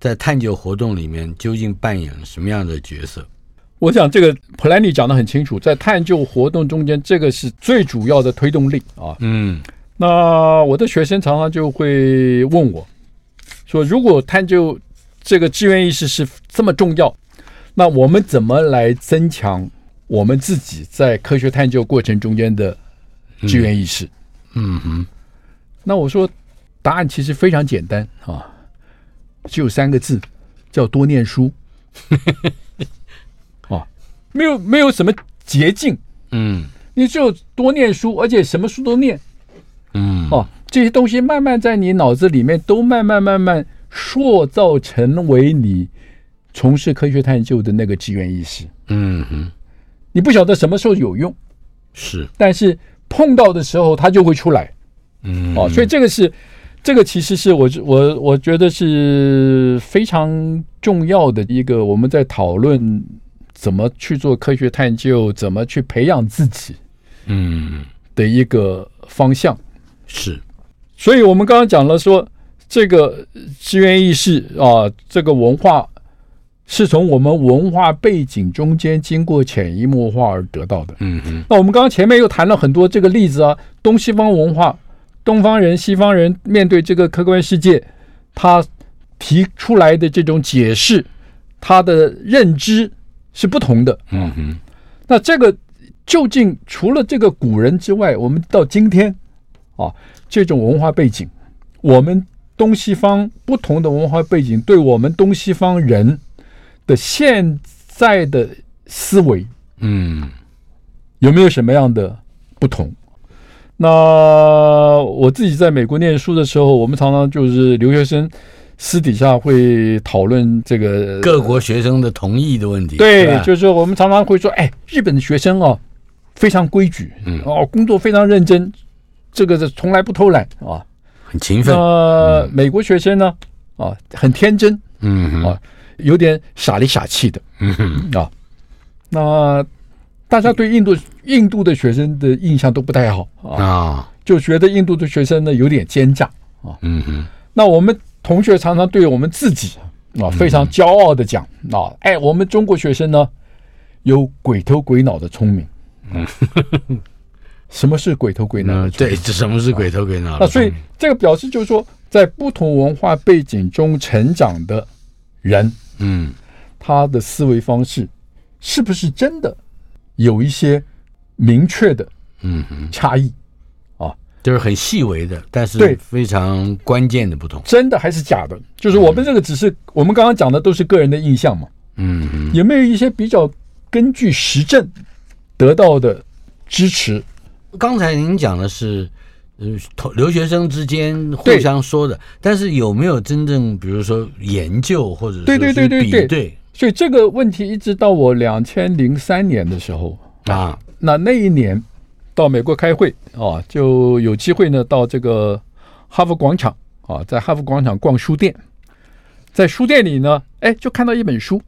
Speaker 2: 在探究活动里面究竟扮演了什么样的角色？
Speaker 3: 我想这个普兰尼讲的很清楚，在探究活动中间，这个是最主要的推动力啊。
Speaker 2: 嗯
Speaker 3: 那我的学生常常就会问我，说如果探究这个志愿意识是这么重要，那我们怎么来增强我们自己在科学探究过程中间的志愿意识？
Speaker 2: 嗯哼，
Speaker 3: 那我说，答案其实非常简单啊，只有三个字，叫多
Speaker 2: *laughs*
Speaker 3: 念书。啊，没有没有什么捷径，
Speaker 2: 嗯
Speaker 3: 你只有多念书，而且什么书都念
Speaker 2: 嗯
Speaker 3: 哦、这些东西慢慢在你脑子里面都慢慢慢慢塑造成为你从事科学探究的那个志愿意识。
Speaker 2: 嗯哼，
Speaker 3: 你不晓得什么时候有用，
Speaker 2: 是
Speaker 3: 但是碰到的时候它就会出来。
Speaker 2: 嗯
Speaker 3: 哦，所以这个是，这个其实是我我我觉得是非常重要的一个我们在讨论怎么去做科学探究，怎么去培养自己
Speaker 2: 嗯
Speaker 3: 的一个方向。
Speaker 2: 是
Speaker 3: 所以我们刚刚讲了说，这个资源意识啊，这个文化是从我们文化背景中间经过潜移默化而得到的。
Speaker 2: 嗯哼
Speaker 3: 那我们刚刚前面又谈了很多这个例子啊，东西方文化，东方人、西方人面对这个客观世界，他提出来的这种解释，他的认知是不同的。
Speaker 2: 嗯哼
Speaker 3: 那这个究竟除了这个古人之外，我们到今天啊，这种文化背景，我们东西方不同的文化背景，对我们东西方人的现在的思维，
Speaker 2: 嗯
Speaker 3: 有没有什么样的不同？那我自己在美国念书的时候，我们常常就是留学生私底下会讨论这个，
Speaker 2: 各国学生的同意的问题，是
Speaker 3: 对
Speaker 2: 吧，
Speaker 3: 就是我们常常会说，哎，日本的学生哦非常规矩
Speaker 2: 嗯，
Speaker 3: 哦工作非常认真，这个是从来不偷懒啊。
Speaker 2: 嗯很勤奋，
Speaker 3: 那美国学生呢，啊很天真，
Speaker 2: 嗯哼
Speaker 3: 啊有点傻里傻气的
Speaker 2: 嗯哼
Speaker 3: 啊。那大家对印度印度的学生的印象都不太好啊。
Speaker 2: 啊
Speaker 3: 就觉得印度的学生呢有点奸诈。
Speaker 2: 嗯哼
Speaker 3: 那我们同学常常对我们自己
Speaker 2: 嗯
Speaker 3: 啊非常骄傲的讲啊，哎，我们中国学生呢有鬼头鬼脑的聪明。啊什么是鬼头鬼脑
Speaker 2: 嗯
Speaker 3: 的聪
Speaker 2: 对，
Speaker 3: 明？
Speaker 2: 嗯这嗯什么是鬼头鬼脑的？
Speaker 3: 那所以这个表示就是说，在不同文化背景中成长的人，
Speaker 2: 嗯
Speaker 3: 他的思维方式是不是真的有一些明确的
Speaker 2: 嗯哼
Speaker 3: 差异啊？
Speaker 2: 就是很细微的，但是
Speaker 3: 对
Speaker 2: 非常关键的不同。
Speaker 3: 真的还是假的？就是我们这个只是、我们刚刚讲的都是个人的印象嘛，
Speaker 2: 嗯嗯
Speaker 3: 有没有一些比较根据实证得到的支持？
Speaker 2: 刚才您讲的是，呃，同留学生之间互
Speaker 3: 对
Speaker 2: 相说的，但是有没有真正，比如说研究或者
Speaker 3: 对
Speaker 2: 说
Speaker 3: 对
Speaker 2: 是
Speaker 3: 对对
Speaker 2: 比
Speaker 3: 对
Speaker 2: 对
Speaker 3: 所以这个问题一直到我两千零三年的时候，
Speaker 2: 啊？
Speaker 3: 那那一年到美国开会啊，就有机会呢到这个哈佛广场啊，在哈佛广场逛书店，在书店里呢，哎，就看到一本书，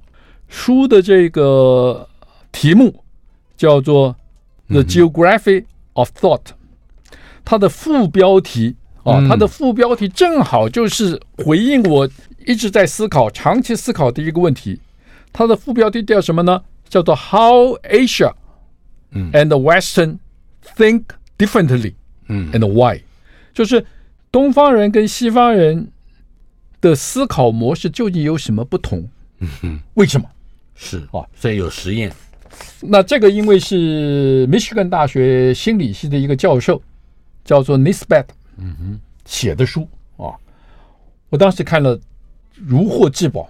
Speaker 3: 书的这个题目叫做《The Geography of Thought》，它的副标题啊
Speaker 2: 嗯，
Speaker 3: 它的副标题正好就是回应我一直在思考、长期思考的一个问题。它的副标题叫什么呢？叫做 “How Asia
Speaker 2: 嗯
Speaker 3: and the Western Think Differently”。
Speaker 2: 嗯
Speaker 3: and why，就是东方人跟西方人的思考模式究竟有什么不同？
Speaker 2: 嗯哼
Speaker 3: 为什么？
Speaker 2: 是
Speaker 3: 哦，
Speaker 2: 所以有实验，
Speaker 3: 那这个因为是密歇根大学心理系的一个教授，叫做 Nisbet，嗯哼，写的书啊，我当时看了如获至宝，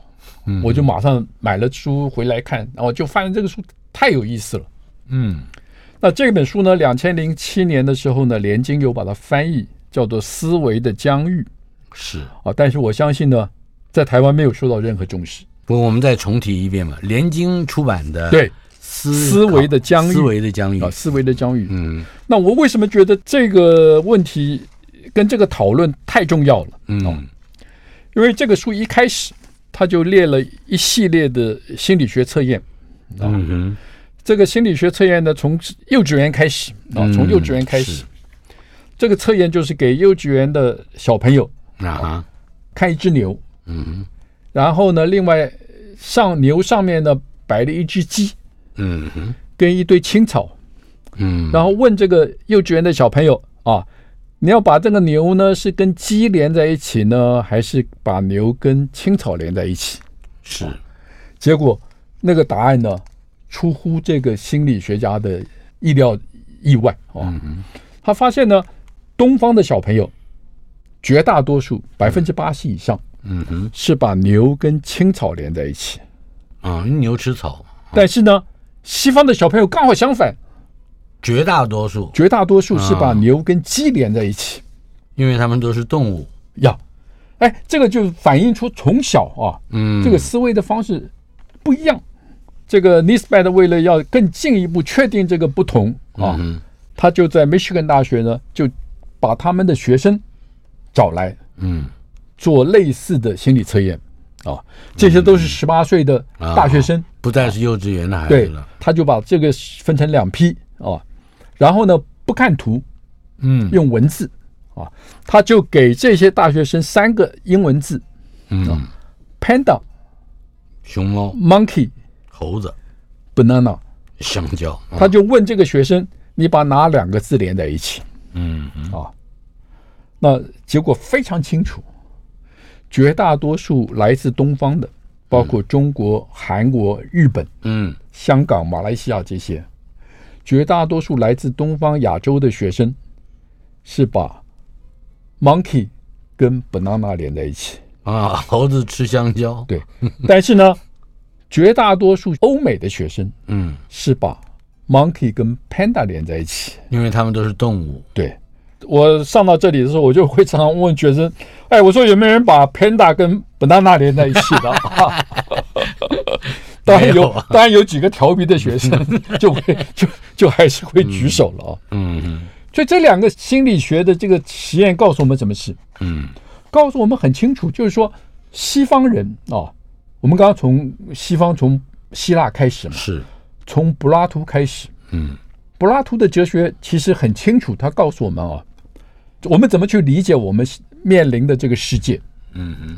Speaker 3: 我就马上买了书回来看，然后就发现这个书太有意思了。
Speaker 2: 嗯
Speaker 3: 那这本书呢，两千零七年的时候呢，连经有把它翻译，叫做《思维的疆域》。
Speaker 2: 是。
Speaker 3: 啊，但是我相信呢，在台湾没有受到任何重视。
Speaker 2: 不过我们再重提一遍嘛，联经出版的
Speaker 3: 对
Speaker 2: 思
Speaker 3: 思维的疆域
Speaker 2: 思维的疆域
Speaker 3: 啊，，思维的疆域。
Speaker 2: 嗯
Speaker 3: 那我为什么觉得这个问题跟这个讨论太重要了？
Speaker 2: 嗯
Speaker 3: 因为这个书一开始他就列了一系列的心理学测验。
Speaker 2: 嗯哼，
Speaker 3: 这个心理学测验呢，从幼稚园开始啊，从幼稚园开始，这个测验就是给幼稚园的小朋友
Speaker 2: 啊哈，
Speaker 3: 看一只牛，嗯，然后呢，另外上牛上面呢摆了一只鸡
Speaker 2: 嗯哼，
Speaker 3: 跟一堆青草，
Speaker 2: 嗯
Speaker 3: 然后问这个幼稚园的小朋友啊，你要把这个牛呢是跟鸡连在一起呢，还是把牛跟青草连在一起？
Speaker 2: 是
Speaker 3: 结果那个答案呢，出乎这个心理学家的意料意外啊。
Speaker 2: 嗯
Speaker 3: 他发现呢，东方的小朋友绝大多数百分之八十以上
Speaker 2: 嗯哼
Speaker 3: 是把牛跟青草连在一起，
Speaker 2: 啊，牛吃草，
Speaker 3: 但是呢，西方的小朋友刚好相反，
Speaker 2: 绝大多数，
Speaker 3: 绝大多数是把
Speaker 2: 啊
Speaker 3: 牛跟鸡连在一起。
Speaker 2: 因为他们都是动物，
Speaker 3: 要，哎，这个就反映出从小啊，
Speaker 2: 嗯，
Speaker 3: 这个思维的方式不一样。这个 Nisbet 为了要更进一步确定这个不同啊，
Speaker 2: 嗯
Speaker 3: 他就在 Michigan 大学呢，就把他们的学生找来
Speaker 2: 嗯
Speaker 3: 做类似的心理测验啊，这些都
Speaker 2: 嗯
Speaker 3: 是十八岁的
Speaker 2: 啊
Speaker 3: 大学生，
Speaker 2: 不再是幼稚园的孩子
Speaker 3: 对
Speaker 2: 啊哎了，，
Speaker 3: 他就把这个分成两批啊，然后呢不看图，
Speaker 2: 嗯
Speaker 3: 用文字啊，他就给这些大学生三个英文字
Speaker 2: 嗯，
Speaker 3: ：panda、
Speaker 2: 熊猫、
Speaker 3: monkey、
Speaker 2: 猴子、
Speaker 3: banana，
Speaker 2: 香蕉，嗯
Speaker 3: 他就问这个学生：“你把哪两个字连在一起啊
Speaker 2: 嗯嗯？”
Speaker 3: 那结果非常清楚，绝大多数来自东方的，包括中国、韩国、日本、
Speaker 2: 嗯
Speaker 3: 香港、马来西亚这些，绝大多数来自东方亚洲的学生是把 monkey 跟 banana 连在一起。
Speaker 2: 啊，猴子吃香蕉，
Speaker 3: 对，但是呢，绝大多数欧美的学生
Speaker 2: 嗯，
Speaker 3: 是把 monkey 跟 panda 连在一起。
Speaker 2: 因为他们都是动物，
Speaker 3: 对，我上到这里的时候，我就会常常问学生：“ *laughs* 哎，我说有没有人把 panda 跟 banana 连在一起的？” *laughs* 当然
Speaker 2: 没有啊
Speaker 3: 有，当然有几个调皮的
Speaker 2: *laughs*
Speaker 3: 学生就会就就还是会举手了啊。
Speaker 2: 嗯嗯
Speaker 3: 所以这两个心理学的这个实验告诉我们什么事？
Speaker 2: 嗯
Speaker 3: 告诉我们很清楚，就是说西方人啊，我们刚刚从西方从希腊开始嘛，
Speaker 2: 是，
Speaker 3: 从柏拉图开始，
Speaker 2: 嗯
Speaker 3: 柏拉图的哲学其实很清楚，他告诉我们啊，我们怎么去理解我们面临的这个世界。
Speaker 2: 嗯嗯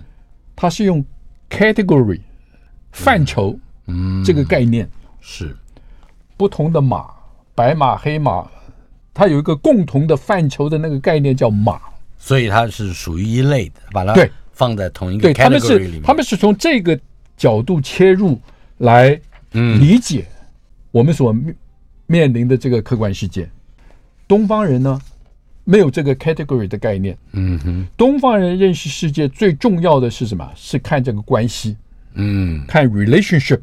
Speaker 3: 它是用 category 范畴
Speaker 2: 嗯，
Speaker 3: 这个概念，
Speaker 2: 是，
Speaker 3: 不同的马，白马、黑马，它有一个共同的范畴的那个概念叫马。
Speaker 2: 所以它是属于一类的，把它
Speaker 3: 对
Speaker 2: 放在同一个
Speaker 3: 对，他们
Speaker 2: category 里
Speaker 3: 是
Speaker 2: 面，
Speaker 3: 他们是从这个角度切入来
Speaker 2: 嗯
Speaker 3: 理解我们所面面临的这个客观世界。东方人呢，没有这个 category 的概念。
Speaker 2: 嗯哼，
Speaker 3: 东方人认识世界最重要的是什么？是看这个关系，
Speaker 2: 嗯，
Speaker 3: 看 relationship。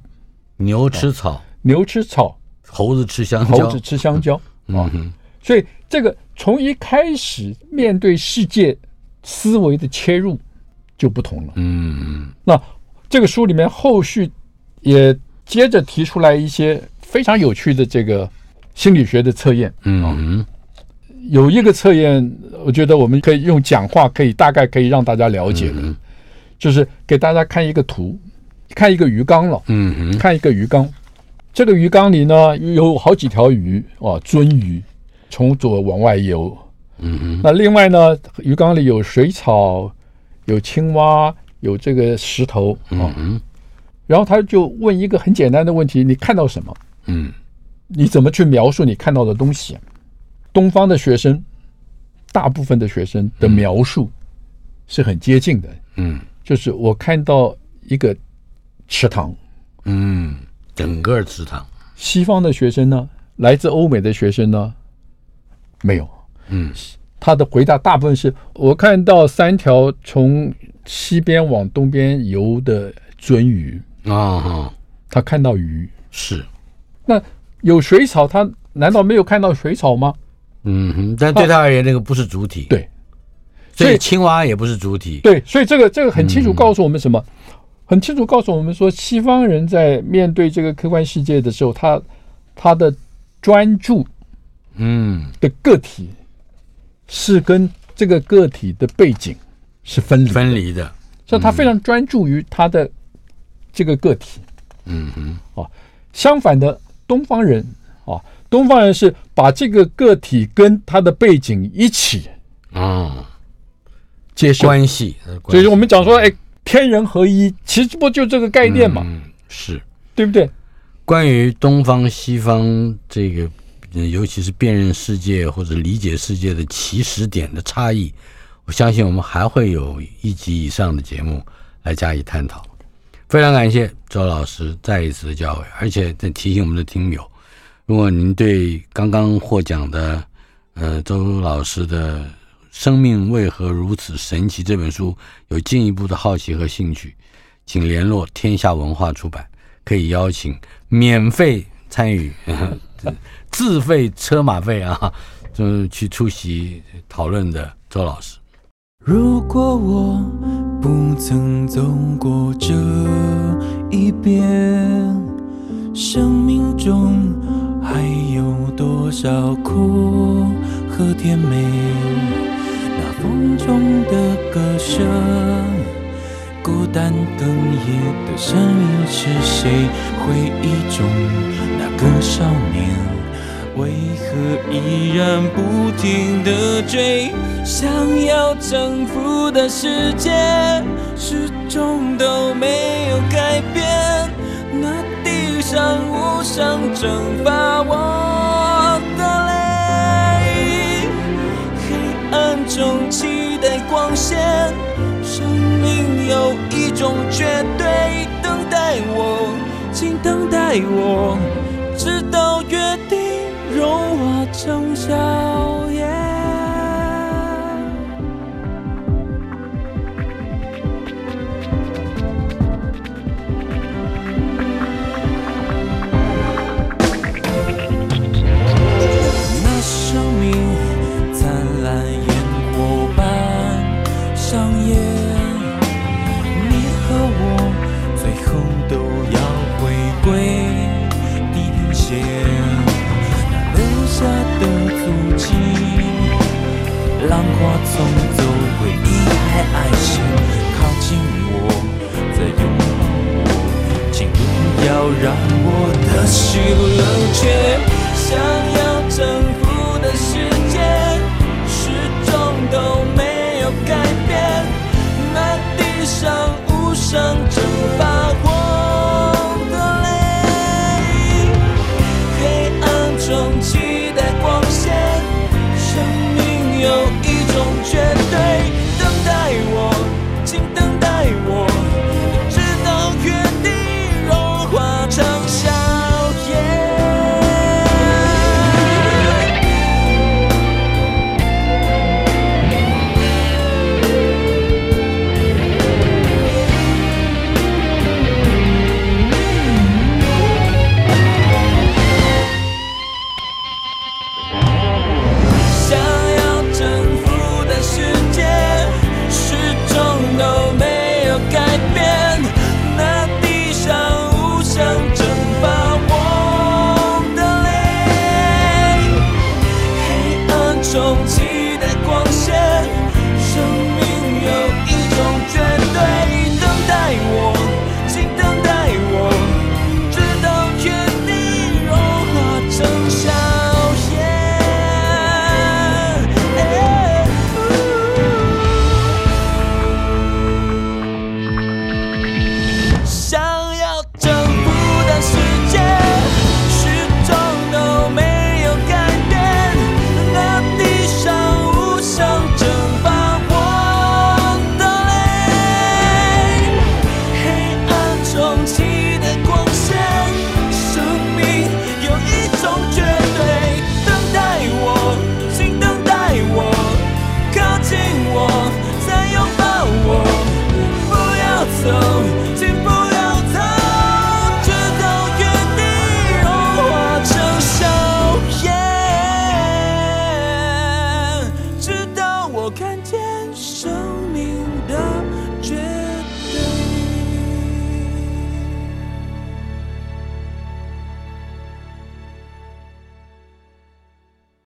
Speaker 2: 牛吃草，
Speaker 3: 牛吃草，
Speaker 2: 猴子吃香蕉，
Speaker 3: 猴子吃香蕉。啊
Speaker 2: 嗯哼，
Speaker 3: 所以这个从一开始面对世界思维的切入就不同了。
Speaker 2: 嗯
Speaker 3: 那这个书里面后续也接着提出来一些非常有趣的这个心理学的测验。
Speaker 2: 嗯哼，
Speaker 3: 有一个测验，我觉得我们可以用讲话可以大概可以让大家了解的，就是给大家看一个图，看一个鱼缸了，
Speaker 2: 嗯哼，
Speaker 3: 看一个鱼缸。这个鱼缸里呢有好几条鱼啊，鳟鱼从左往外游。
Speaker 2: 嗯哼，
Speaker 3: 那另外呢，鱼缸里有水草，有青蛙，有这个石头啊。
Speaker 2: 嗯
Speaker 3: 然后他就问一个很简单的问题：你看到什么？
Speaker 2: 嗯
Speaker 3: 你怎么去描述你看到的东西？东方的学生，大部分的学生的描述是很接近的，
Speaker 2: 嗯
Speaker 3: 就是我看到一个池塘。
Speaker 2: 嗯，整个池塘，
Speaker 3: 西方的学生呢，来自欧美的学生呢，没有。
Speaker 2: 嗯，
Speaker 3: 他的回答大部分是我看到三条从西边往东边游的鳟鱼，
Speaker 2: 啊哈，
Speaker 3: 他看到鱼。
Speaker 2: 是，
Speaker 3: 那有水草，他难道没有看到水草吗？
Speaker 2: 嗯哼，但对他而言，那个不是主体，
Speaker 3: 对，
Speaker 2: 所
Speaker 3: 所
Speaker 2: 以
Speaker 3: 以
Speaker 2: 青蛙也不是主体，
Speaker 3: 对，所以这个这个很清楚告诉我们什么？很清楚告诉我们说，西方人在面对这个客观世界的时候，他他的专注
Speaker 2: 嗯，
Speaker 3: 的个体是跟这个个体的背景是分离的，
Speaker 2: 分离的，
Speaker 3: 所以他非常专注于他的这个个体。啊
Speaker 2: 嗯哼，
Speaker 3: 相反的，东方人啊，东方人是把这个个体跟他的背景一起
Speaker 2: 啊，
Speaker 3: 接受，
Speaker 2: 关系，
Speaker 3: 所以我们讲说，哎，天人合一，其实不就这个概念嘛，
Speaker 2: 嗯，是。
Speaker 3: 对不对？
Speaker 2: 关于东方西方这个，呃尤其是辨认世界或者理解世界的起始点的差异，我相信我们还会有一集以上的节目来加以探讨。非常感谢周老师再一次的教诲，而且再提醒我们的听友，如果您对刚刚获奖的呃周老师的《生命为何如此神奇》这本书有进一步的好奇和兴趣，请联络天下文化出版，可以邀请免费参与， *laughs* 自费车马费啊，就是去出席讨论的周老师。
Speaker 4: 如果我不曾走过这一边，生命中还有多少苦和甜美？那风中的歌声，孤单哽咽的声音是谁？回忆中那个少年，为何依然不停地追？想要征服的世界，始终都没有改变。那地上无声蒸发我的泪，黑暗中期待光线，生命有一种绝对，等待我，请等待我，直到约定融化成笑颜。那生命灿烂烟火般上演，你和我最后都要回归地平线，那留下的足迹，浪花冲走回忆和爱情，靠近我，再拥抱我。请不要让我的心冷却。想要征服的世界，始终都没有改变。那地上无声蒸发过的泪，黑暗中期待光线，生命有一种绝对。等待我，请等哎